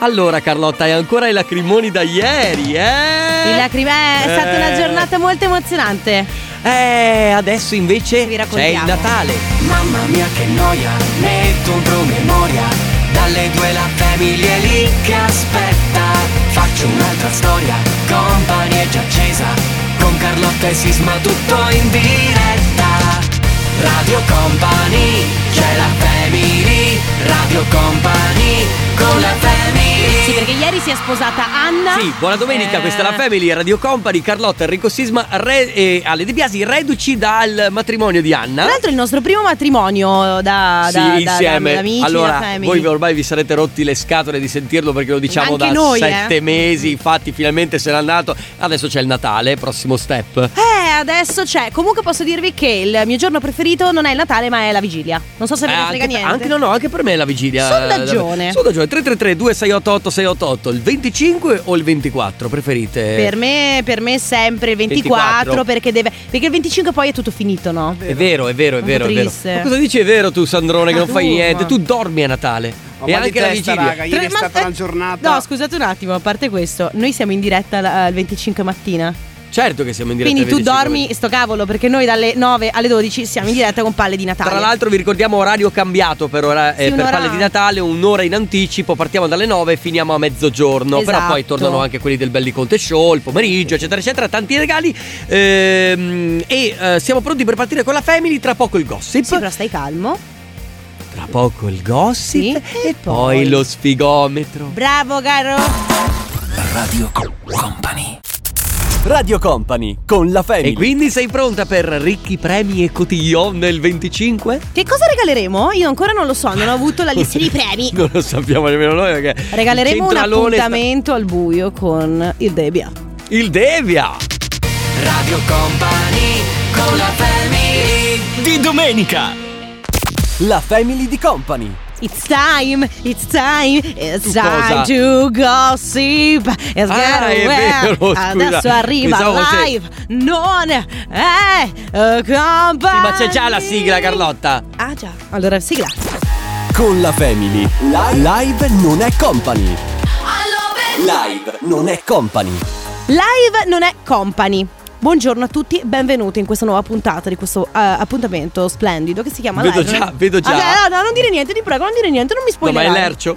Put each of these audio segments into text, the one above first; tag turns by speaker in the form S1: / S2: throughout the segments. S1: Allora Carlotta, hai ancora i lacrimoni da ieri, eh?
S2: Il lacrime- è
S1: Eh.
S2: stata una giornata molto emozionante.
S1: Eh, adesso invece
S2: Vi
S1: c'è
S2: raccontiamo.
S1: il Natale.
S3: Mamma mia che noia, metto un promemoria Dalle due la famiglia è lì che aspetta Faccio un'altra storia, company è già accesa Con Carlotta e Sisma tutto in diretta Radio Company, c'è la family Radio Company, con la family
S2: Sì, perché ieri si è sposata Anna.
S1: Sì, buona domenica,
S2: Eh,
S1: questa è la Family Radio Company, Carlotta, Enrico Sisma Re- e Ale De Biasi, reduci dal matrimonio di Anna.
S2: Tra l'altro è il nostro primo matrimonio da,
S1: Sì,
S2: da- da- da-
S1: insieme.
S2: da amici, da
S1: allora,
S2: family.
S1: voi ormai vi sarete rotti le scatole di sentirlo perché lo diciamo
S2: Anche
S1: da
S2: noi,
S1: sette
S2: eh.
S1: mesi. Infatti, finalmente se n'è andato. Adesso c'è il Natale, prossimo step.
S2: Eh, adesso c'è. Comunque posso dirvi che il mio giorno preferito non è il Natale, ma è la vigilia. Non so se ve
S1: Eh,
S2: ne
S1: anche,
S2: frega niente.
S1: anche- no, no, anche per me è la vigilia.
S2: Sondaggione.
S1: Sondaggione 333 2688 688 il 25 o il 24 preferite?
S2: Per me, per me è sempre il 24,
S1: 24.
S2: perché deve. Perché il 25 poi è tutto finito, no?
S1: È vero, è vero, è
S2: Sono
S1: vero, è vero.
S2: triste.
S1: Ma cosa dici è vero tu Sandrone che
S2: Ma
S1: non fai
S2: tu,
S1: niente?
S2: ma-
S1: Tu dormi a Natale
S4: Ma
S1: e
S4: mal di
S1: anche la
S4: testa,
S1: vigilia.
S4: raga, ieri
S2: Tre-
S4: è
S2: ma-
S4: stata
S2: eh,
S4: una giornata.
S2: No, scusate un attimo, a parte questo, noi siamo in diretta la- il 25 mattina.
S1: Certo che siamo in diretta.
S2: Quindi tu
S1: 25.
S2: dormi, sto cavolo, perché noi dalle 9 alle 12 siamo in diretta con palle di Natale.
S1: Tra l'altro vi ricordiamo orario cambiato per, ora,
S2: Sì,
S1: eh, per
S2: un'ora-
S1: palle di Natale, un'ora in anticipo, partiamo dalle 9 e finiamo a mezzogiorno, però poi
S2: Esatto.
S1: tornano anche quelli del Belli Conte Show, il pomeriggio, eccetera, eccetera, tanti regali ehm, e eh, siamo pronti per partire con la Family, tra poco il gossip,
S2: Sì, però stai calmo.
S1: tra poco il gossip
S2: Sì,
S1: e
S2: e
S1: poi
S2: poi-
S1: lo sfigometro.
S2: Bravo, caro.
S3: Radio Company
S1: Radio Company con la
S3: Family.
S1: Family. E quindi sei pronta per ricchi premi e cotillon nel 25?
S2: Che cosa regaleremo? Io ancora non lo so, non ho avuto la lista di premi.
S1: Non lo sappiamo nemmeno noi perché il
S2: Regaleremo un
S1: centralone sta-
S2: appuntamento al buio con il Debia.
S1: Il Devia.
S3: Radio Company, con la family
S1: Di domenica. La Family di Company.
S2: It's time, it's time, it's
S1: Tu cosa?
S2: time to gossip. It's
S1: Ah,
S2: get
S1: è
S2: away.
S1: vero, scusa.
S2: Adesso arriva
S1: Pensavo fosse-
S2: live. Non è compagnia.
S1: Sì, ma c'è già la sigla Carlotta.
S2: Ah, già. Allora, sigla.
S5: Con la Family. Live, non è company. Live non è company.
S2: Live non è company. Buongiorno a tutti, benvenuti in questa nuova puntata di questo eh, appuntamento splendido che si chiama
S1: Vedo
S2: Live.
S1: già, vedo già.
S2: Ah, no, no, non dire niente, ti prego, non dire niente, non mi
S1: No, ma
S2: spoilerare.
S1: è Lercio.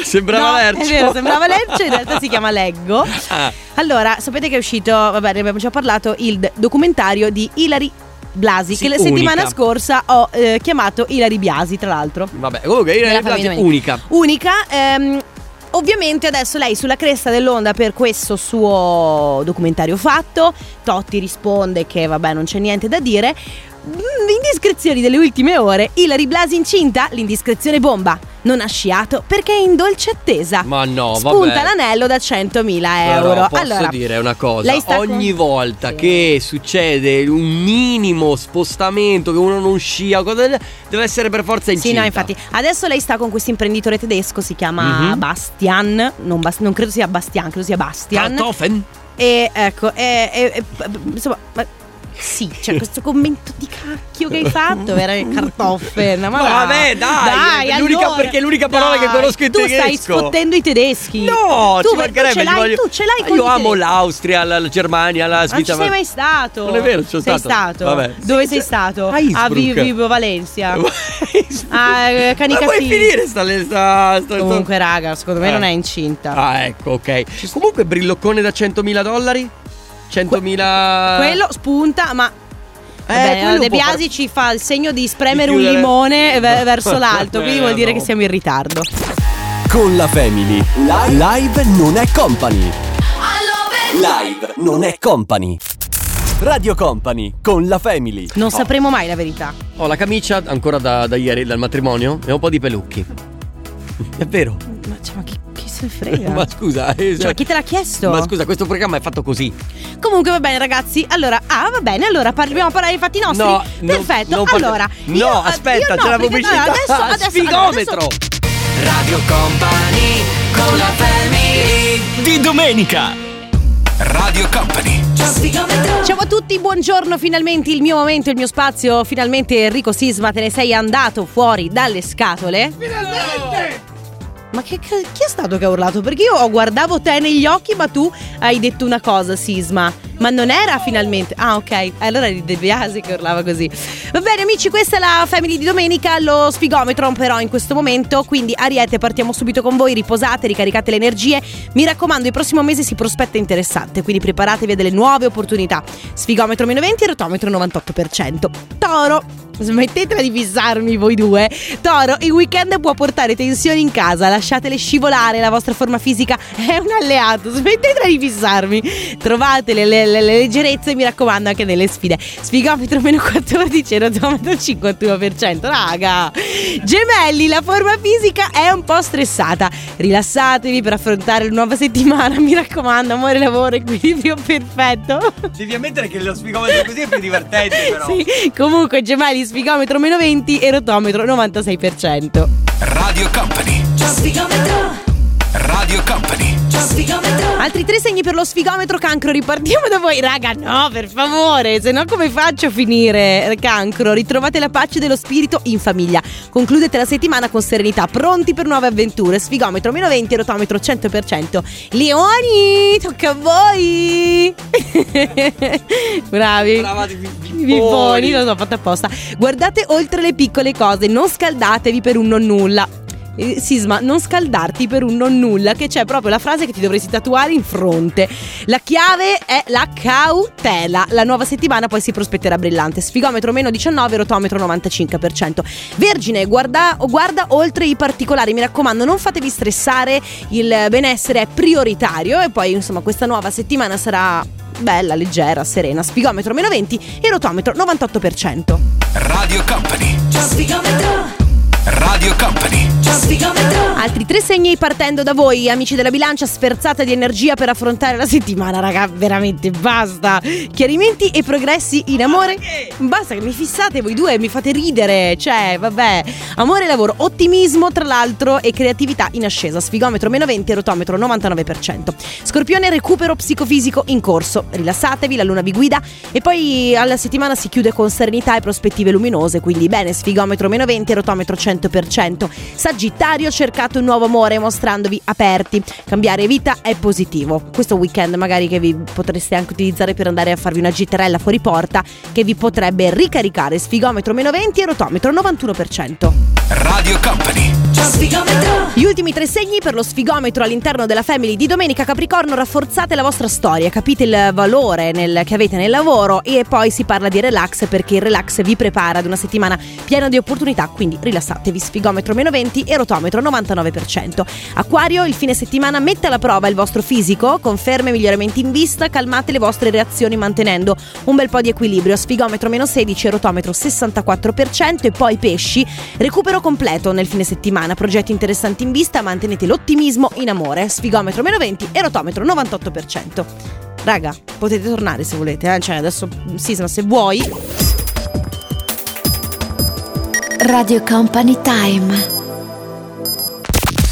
S1: Sembrava
S2: No,
S1: Lercio.
S2: È vero, sembrava Lercio, in realtà si chiama Leggo.
S1: Ah.
S2: Allora, sapete che è uscito, vabbè, ne abbiamo già parlato, il d- documentario di Ilari Blasi,
S1: Sì,
S2: che la
S1: unica.
S2: settimana scorsa ho eh, chiamato Ilari Biasi, tra l'altro.
S1: Vabbè, comunque
S2: Della
S1: è
S2: famiglia
S1: una
S2: Domenica.
S1: unica.
S2: Unica, ehm, ovviamente adesso lei sulla cresta dell'onda per questo suo documentario fatto, Totti risponde che vabbè non c'è niente da dire. Mm, Indiscrezioni delle ultime ore, Ilari Blasi incinta, l'indiscrezione bomba, non ha sciato perché è in dolce attesa.
S1: Ma no,
S2: Ah, Spunta
S1: vabbè.
S2: l'anello da 100.000 euro.
S1: Però posso
S2: allora,
S1: dire una cosa:
S2: lei sta
S1: ogni
S2: con-
S1: volta
S2: Sì.
S1: che succede un minimo spostamento, che uno non scia, cosa del- deve essere per forza incinta.
S2: Sì, no, infatti. Adesso lei sta con questo imprenditore tedesco, si chiama
S1: Mhm.
S2: Bastian. Non, Bas- non credo sia Bastian, credo sia Bastian.
S1: Kartoffeln?
S2: E ecco, e- e- e- p- p- insomma, ma- sì, c'è questo commento di cacchio che hai fatto, veramente cartoffe. Ma
S1: Ma
S2: va.
S1: vabbè, dai, è l'unica-
S2: allora.
S1: perché è l'unica parola che conosco in
S2: tu Tu stai
S1: tedesco.
S2: sfottendo i tedeschi.
S1: No,
S2: tu,
S1: ci
S2: per-
S1: mancherebbe,
S2: tu ce
S1: gli
S2: l'hai,
S1: voglio-
S2: tu ce l'hai
S1: Ma
S2: con
S1: Io
S2: i
S1: amo
S2: tedeschi.
S1: l'Austria, la, la Germania, la
S2: Non ci
S1: Svizzera.
S2: sei mai stato.
S1: Non è vero, ci sono
S2: sei
S1: stato.
S2: stato.
S1: Vabbè.
S2: Dove
S1: Sì,
S2: sei
S1: cioè,
S2: stato?
S1: a Innsbruck.
S2: Vivo, Esatto. Vivo Valencia. Ah, eh, cani
S1: Ma vuoi
S2: cattivi.
S1: finire sta, sta, sta, sta-
S2: Comunque, raga, secondo me
S1: Eh.
S2: non è incinta.
S1: Ah, ecco, ok. Comunque brilloccone da 100.000 dollari? 100.000
S2: Quello spunta, ma.
S1: Eh. quello
S2: Vabbè,
S1: può
S2: De
S1: far-
S2: Biasi ci fa il segno di spremere
S1: Di
S2: un
S1: chiudere.
S2: limone ve-
S1: No.
S2: verso l'alto, quindi vuol dire
S1: Eh, no.
S2: che siamo in ritardo.
S5: Con la Family. Live, non è company. Live non è company. Radio Company con la Family.
S2: Non sapremo mai la verità.
S1: Ho la camicia ancora da, da ieri, dal matrimonio, e un po' di pelucchi. È vero.
S2: Ma, cioè, ma chi, chi se ne frega?
S1: Ma scusa, eh,
S2: Cioè, chi te l'ha chiesto?
S1: Ma scusa, questo programma è fatto così.
S2: Comunque va bene ragazzi, allora, ah va bene, allora parliamo a parlare dei fatti nostri.
S1: No, no,
S2: Perfetto,
S1: non parli-
S2: allora...
S1: No,
S2: io- eh, io
S1: aspetta,
S2: no,
S1: c'è la
S2: perché-
S1: pubblicità. Ah,
S2: allora, Adesso, adesso, allora, adesso-
S1: Sfigometro.
S3: Radio Company, con la family
S5: Di domenica.
S3: Radio Company
S2: Ciao a tutti, buongiorno, finalmente il mio momento, il mio spazio, finalmente Enrico Sisma te ne sei andato fuori dalle scatole. Finalmente! Ma che, ca- chi è stato che ha urlato? Perché io ho- guardavo te negli occhi, ma tu hai detto una cosa, Sisma. Ma non era finalmente. Ah, ok. Allora era De Biasi che urlava così. Va bene, amici, questa è la family di domenica. Lo spigometron, però, in questo momento. Quindi, Ariete, partiamo subito con voi. Riposate, ricaricate le energie. Mi raccomando, il prossimo mese si prospetta interessante. Quindi, preparatevi a delle nuove opportunità. Sfigometro meno 20 e rotometro 98%. Toro. Smettetela di fissarmi voi due. Toro, il weekend può portare tensioni in casa, lasciatele scivolare, la vostra forma fisica è un alleato, smettetela di fissarmi. Trovate le, le- le- le leggerezze, mi raccomando, anche nelle sfide. Sfigometro meno 14 e rotometro 51%, raga. Gemelli, la forma fisica è un po' stressata. Rilassatevi per affrontare la nuova settimana, mi raccomando, amore, lavoro, equilibrio perfetto.
S4: Devi ammettere che lo spigometro così è più divertente, però.
S2: Sì, comunque gemelli sfigometro meno 20 e rotometro 96%.
S3: Radio Company. Radio Company.
S2: Altri tre segni per lo sfigometro cancro, ripartiamo da voi. Raga, no, per favore, se no come faccio a finire eh, cancro? Ritrovate la pace dello spirito in famiglia. Concludete la settimana con serenità, pronti per nuove avventure. Sfigometro meno 20 e rotometro 100%. Leoni, tocca a voi.
S1: Eh,
S2: Bravi.
S4: Brava di
S2: Bipponi, lo so, fatto apposta. Guardate oltre le piccole cose, non scaldatevi per un non nulla. Eh, Sisma, non scaldarti per un non nulla, che c'è proprio la frase che ti dovresti tatuare in fronte. La chiave è la cautela. La nuova settimana poi si prospetterà brillante. Sfigometro meno 19, rotometro 95%. Vergine, guarda, guarda oltre i particolari, mi raccomando, non fatevi stressare, il benessere è prioritario e poi insomma questa nuova settimana sarà bella, leggera, serena. Spigometro meno 20 e rotometro 98%.
S3: Radio Company. Radio Company.
S2: Altri tre segni partendo da voi, amici della bilancia, sferzata di energia per affrontare la settimana, raga, veramente basta. Chiarimenti e progressi in amore. Basta che mi fissate voi due, mi fate ridere, cioè, vabbè. Amore e lavoro, ottimismo tra l'altro e creatività in ascesa. Sfigometro meno 20, rotometro 99%. Scorpione, recupero psicofisico in corso. Rilassatevi, la luna vi guida e poi alla settimana si chiude con serenità e prospettive luminose, quindi bene, sfigometro meno 20, rotometro 100%. Sagittario, cercate un nuovo amore mostrandovi aperti. Cambiare vita è positivo. Questo weekend magari che vi potreste anche utilizzare per andare a farvi una gitterella fuori porta che vi potrebbe ricaricare sfigometro meno 20 e rotometro 91%.
S3: Radio Company.
S2: Gli ultimi tre segni per lo sfigometro all'interno della family di domenica Capricorno rafforzate la vostra storia, capite il valore nel- che avete nel lavoro e poi si parla di relax perché il relax vi prepara ad una settimana piena di opportunità, quindi rilassatevi, sfigometro meno 20 e rotometro 99%. Acquario, il fine settimana mette alla prova il vostro fisico, conferme miglioramenti in vista, calmate le vostre reazioni mantenendo un bel po' di equilibrio, sfigometro meno 16 e rotometro 64% e poi pesci, Recupero completo nel fine settimana, progetti interessanti in vista, mantenete l'ottimismo in amore. Sfigometro meno 20 e rotometro 98%. Raga, potete tornare se volete, eh? cioè adesso Sisma se vuoi.
S6: Radio Company Time.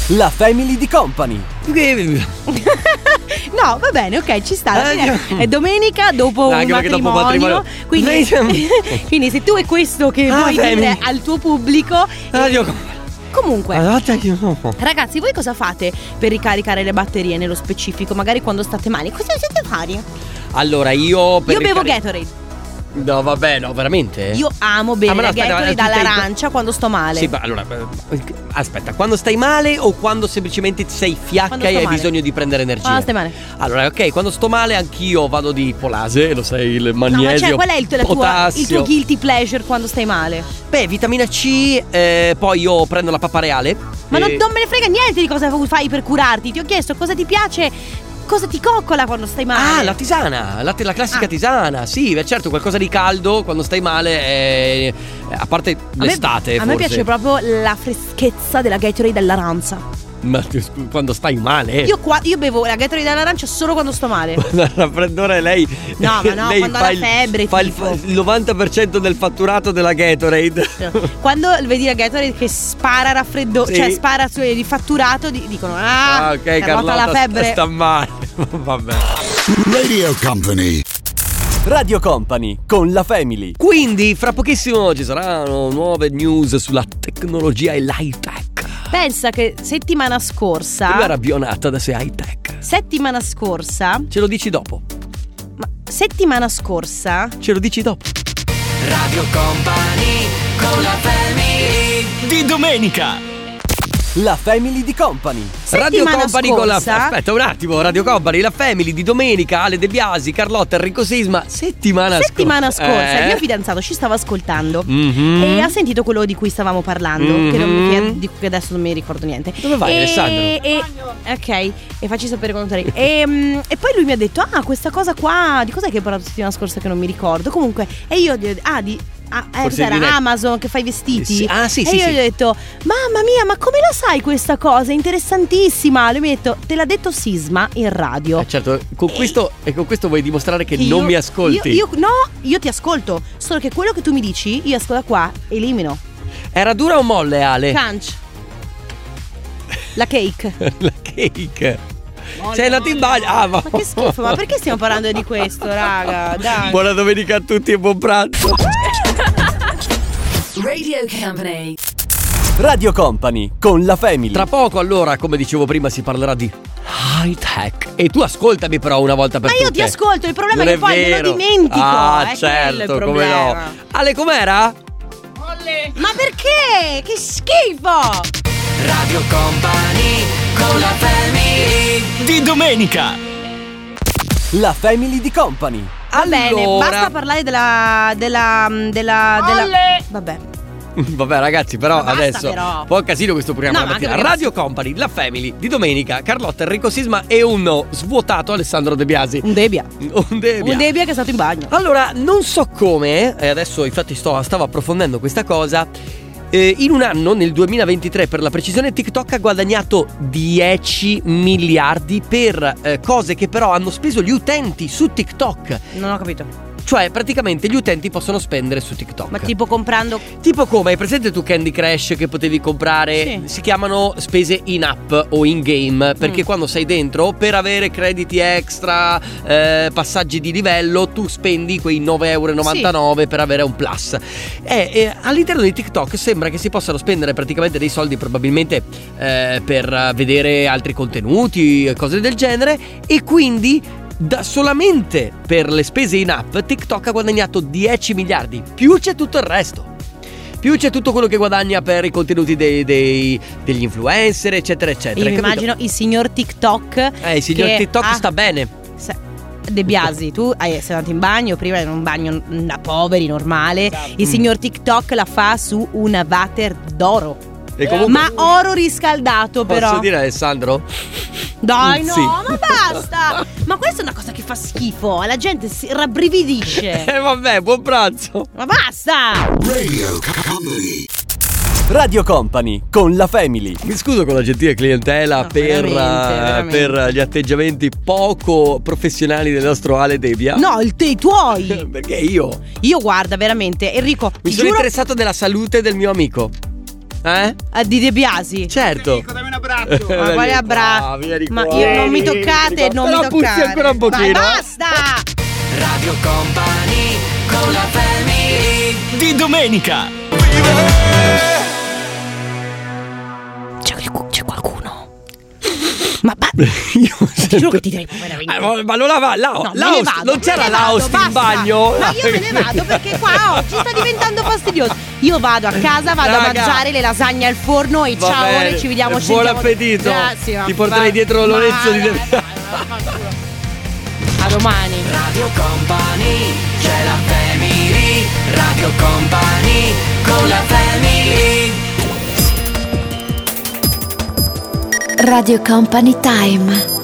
S5: La family di company.
S2: No, va bene, ok, ci sta. alla
S1: Eh,
S2: fine
S1: io-
S2: È domenica dopo
S1: Anche
S2: un
S1: perché dopo
S2: matrimonio.
S1: matrimonio-
S2: Quindi, quindi se tu è questo che
S1: Ah,
S2: vuoi
S1: bene.
S2: dire al tuo pubblico, eh,
S1: Radio
S2: comunque
S1: Ah. Company.
S2: Ragazzi, voi cosa fate per ricaricare le batterie nello specifico? Magari quando state male, cosa siete fare? Io
S1: Allora, io per
S2: bevo
S1: ricaric-
S2: Gatorade.
S1: No, vabbè, no, veramente?
S2: Io amo bere
S1: Ah, ma no,
S2: la
S1: aspetta,
S2: Gatorade
S1: tu stai-
S2: all'arancia quando sto male.
S1: Sì, ma allora, eh, aspetta, quando stai male o quando semplicemente sei fiacca
S2: Quando
S1: e
S2: sto
S1: hai
S2: male.
S1: bisogno di prendere energia?
S2: Quando stai male.
S1: Allora, ok, quando sto male anch'io vado di polase, lo sai, il
S2: No,
S1: magnesio,
S2: ma cioè, qual è il, tuo- la tua- il
S1: potassio.
S2: tuo guilty pleasure quando stai male?
S1: Beh, vitamina C, eh, poi io prendo la pappa reale.
S2: Ma non,
S1: e-
S2: non me ne frega niente di cosa fai per curarti. Ti ho chiesto cosa ti piace, cosa ti coccola quando stai male.
S1: Ah, la tisana, la, la classica
S2: Ah.
S1: tisana, sì, beh, certo, qualcosa di caldo quando stai male, eh, a parte
S2: A me-
S1: l'estate
S2: A me
S1: forse.
S2: piace proprio la freschezza della Gatorade all'arancia.
S1: Ma tu- quando stai male... eh.
S2: Io, qua, io bevo la Gatorade all'arancia solo quando sto male.
S1: Quando ha il raffreddore lei
S2: No, ma no,
S1: lei
S2: quando ha
S1: fa
S2: la
S1: il-
S2: febbre,
S1: fa il,
S2: tipo.
S1: il 90% del fatturato della Gatorade
S2: Quando vedi la Gatorade che spara raffreddore,
S1: Sì.
S2: cioè spara su- di fatturato, di- dicono ah,
S1: ok
S2: Carlotta
S1: Carlotta
S2: la
S1: sta-
S2: febbre.
S1: sta male Vabbè
S7: Radio Company.
S5: Radio Company con la family.
S1: Quindi fra pochissimo ci saranno nuove news sulla tecnologia e l'high tech
S2: Pensa che settimana
S1: Io
S2: scorsa.
S1: era abbionata da se high tech.
S2: Settimana scorsa.
S1: Ce lo dici dopo.
S2: Ma settimana scorsa.
S1: Ce lo dici dopo.
S3: Radio Company con la family
S5: Di domenica. La Family di Company.
S1: Radio
S2: Settimana
S1: Company con la.
S2: scorsa-
S1: Aspetta un attimo, Radio Company, la Family di domenica, Ale De Biasi, Carlotta, Enrico Sisma. Settimana,
S2: settimana
S1: scorsa.
S2: scorsa il
S1: Eh?
S2: mio fidanzato ci stava ascoltando.
S1: Mhm.
S2: E ha sentito quello di cui stavamo parlando, che, non-
S1: Mhm.
S2: che- di cui adesso non mi ricordo niente.
S1: Dove vai,
S2: e,
S1: Alessandro?
S2: e- ok, e facci sapere quando torni. e, mm, e poi lui mi ha detto: Ah, questa cosa qua, di cos'è che hai parlato settimana scorsa che non mi ricordo? Comunque, e io gli ho detto: Ah, di. ah, eh,
S1: Forse
S2: cos'era?
S1: di Net-
S2: Amazon che fa i vestiti.
S1: Sì, ah, sì,
S2: e
S1: sì,
S2: Eh, io
S1: sì.
S2: gli ho detto: Mamma mia, ma come la sai questa cosa? È interessantissima. Lui mi ha detto: Te l'ha detto Sisma in radio.
S1: Eh, certo, con questo, e con questo vuoi dimostrare che
S2: Io-
S1: non mi ascolti.
S2: Io, io- no, io ti ascolto. Solo che quello che tu mi dici, io esco da qua, elimino.
S1: Era dura o molle, Ale?
S2: Crunch. La cake.
S1: la cake. Sei andato in bagno. Ah,
S2: Ma che schifo, ma perché stiamo parlando di questo,
S5: Ah.
S2: raga? Dai.
S1: Buona domenica a tutti e buon pranzo.
S8: Radio Company.
S5: Radio Company con la Family.
S1: Tra poco, allora, come dicevo prima, si parlerà di high tech. E tu ascoltami, però, una volta per
S2: Ma io ti
S1: tutte.
S2: ascolto, il problema
S1: Non
S2: è che poi me lo
S1: vero.
S2: dimentico,
S1: Ah,
S2: è quello il
S1: certo, come no.
S2: problema.
S1: Ale, com'era?
S2: Ma perché? Che schifo!
S3: Radio Company con la family
S5: Di domenica. La Family di Company.
S2: Va bene,
S1: Allora.
S2: basta parlare della. della. della. della vabbè.
S1: Vabbè, ragazzi, però
S2: Ma basta,
S1: adesso.
S2: però.
S1: Un po' casino questo programma.
S2: No,
S1: la
S2: ma anche
S1: mattina.
S2: perché-
S1: Radio Company, la Family di domenica. Carlotta, Enrico Sisma e uno svuotato Alessandro De Biasi.
S2: Un debia.
S1: Un debia.
S2: Un debia che è stato in bagno.
S1: Allora, non so come, e adesso infatti sto- stavo approfondendo questa cosa. eh, in un anno, nel 2023 per la precisione, TikTok ha guadagnato 10 miliardi per eh, cose che però hanno speso gli utenti su TikTok.
S2: Non ho capito.
S1: Cioè, praticamente gli utenti possono spendere su TikTok.
S2: Ma tipo comprando.
S1: Tipo come? Hai presente tu Candy Crash che potevi comprare?
S2: Sì.
S1: Si chiamano spese in app o in game perché
S2: Mm.
S1: quando sei dentro per avere crediti extra, eh, passaggi di livello, tu spendi quei 9,99 euro per avere un plus. E, e all'interno di TikTok sembra che si possano spendere praticamente dei soldi probabilmente eh, per eh, vedere altri contenuti, cose del genere e quindi da solamente per le spese in app TikTok ha guadagnato 10 miliardi, più c'è tutto il resto. Più c'è tutto quello che guadagna per i contenuti dei- dei- degli influencer, eccetera, eccetera.
S2: Io mi
S1: capito?
S2: immagino il signor TikTok.
S1: Eh, il signor
S2: che
S1: TikTok
S2: ha-
S1: sta bene.
S2: Se- De Biasi, tu hai- sei andato in bagno, prima in un bagno da poveri, normale.
S1: Esatto. Mm.
S2: Il signor TikTok la fa su un avatar d'oro.
S1: E comunque
S2: Eh, ma oro riscaldato,
S1: posso
S2: però.
S1: dire Alessandro?
S2: Dai, no,
S1: Sì.
S2: ma basta! ma questa è una cosa che fa schifo. La gente si rabbrividisce.
S1: Eh vabbè, buon pranzo.
S2: ma basta!
S7: Radio Company.
S5: Radio Company con la Family.
S1: Mi scuso con la gentile clientela
S2: No,
S1: per,
S2: veramente,
S1: eh,
S2: veramente.
S1: per gli atteggiamenti poco professionali del nostro Ale Debia.
S2: No, il te, i tuoi!
S1: Perché io
S2: Io guarda, veramente, Enrico,
S1: mi
S2: ti
S1: sono
S2: giuro
S1: interessato della salute del mio amico. Eh?
S2: a di De Biasi.
S1: Certo.
S4: Ecco, dammi un abbraccio.
S2: Ma quale abbraccio?
S1: Ah, vieni
S2: Ma
S1: qua.
S2: io non mi
S1: Vieni,
S2: toccate,
S1: vieni qua.
S2: non mi
S1: Però puzzi
S2: toccate.
S1: ancora un pochino.
S2: Vai,
S1: eh.
S2: basta!
S3: Radio Company con la family
S5: Di domenica.
S2: C'è, c'è qualcuno? Ma, ma
S1: Io
S2: ti giuro che ti direi veramente.
S1: Eh, ma- ma allora va, Lao,
S2: No, me
S1: Laos,
S2: ne vado,
S1: non
S2: me
S1: c'era
S2: ne vado,
S1: Laos in
S2: basta.
S1: bagno?
S2: Ma io me ne vado perché qua oggi sta diventando fastidioso. Io vado a casa, vado a
S1: Raga.
S2: mangiare le lasagne al forno e
S1: Va
S2: ciao,
S1: bene.
S2: e ci vediamo ci
S1: Buon
S2: sentiamo-
S1: appetito.
S2: Grazie. ma
S1: Ti porterei
S2: va-
S1: dietro Lorenzo di
S2: Ma-
S1: De-
S2: dai, ma- ma- A domani.
S3: Radio Company c'è la family Radio Company con la family
S6: Radio Company Time.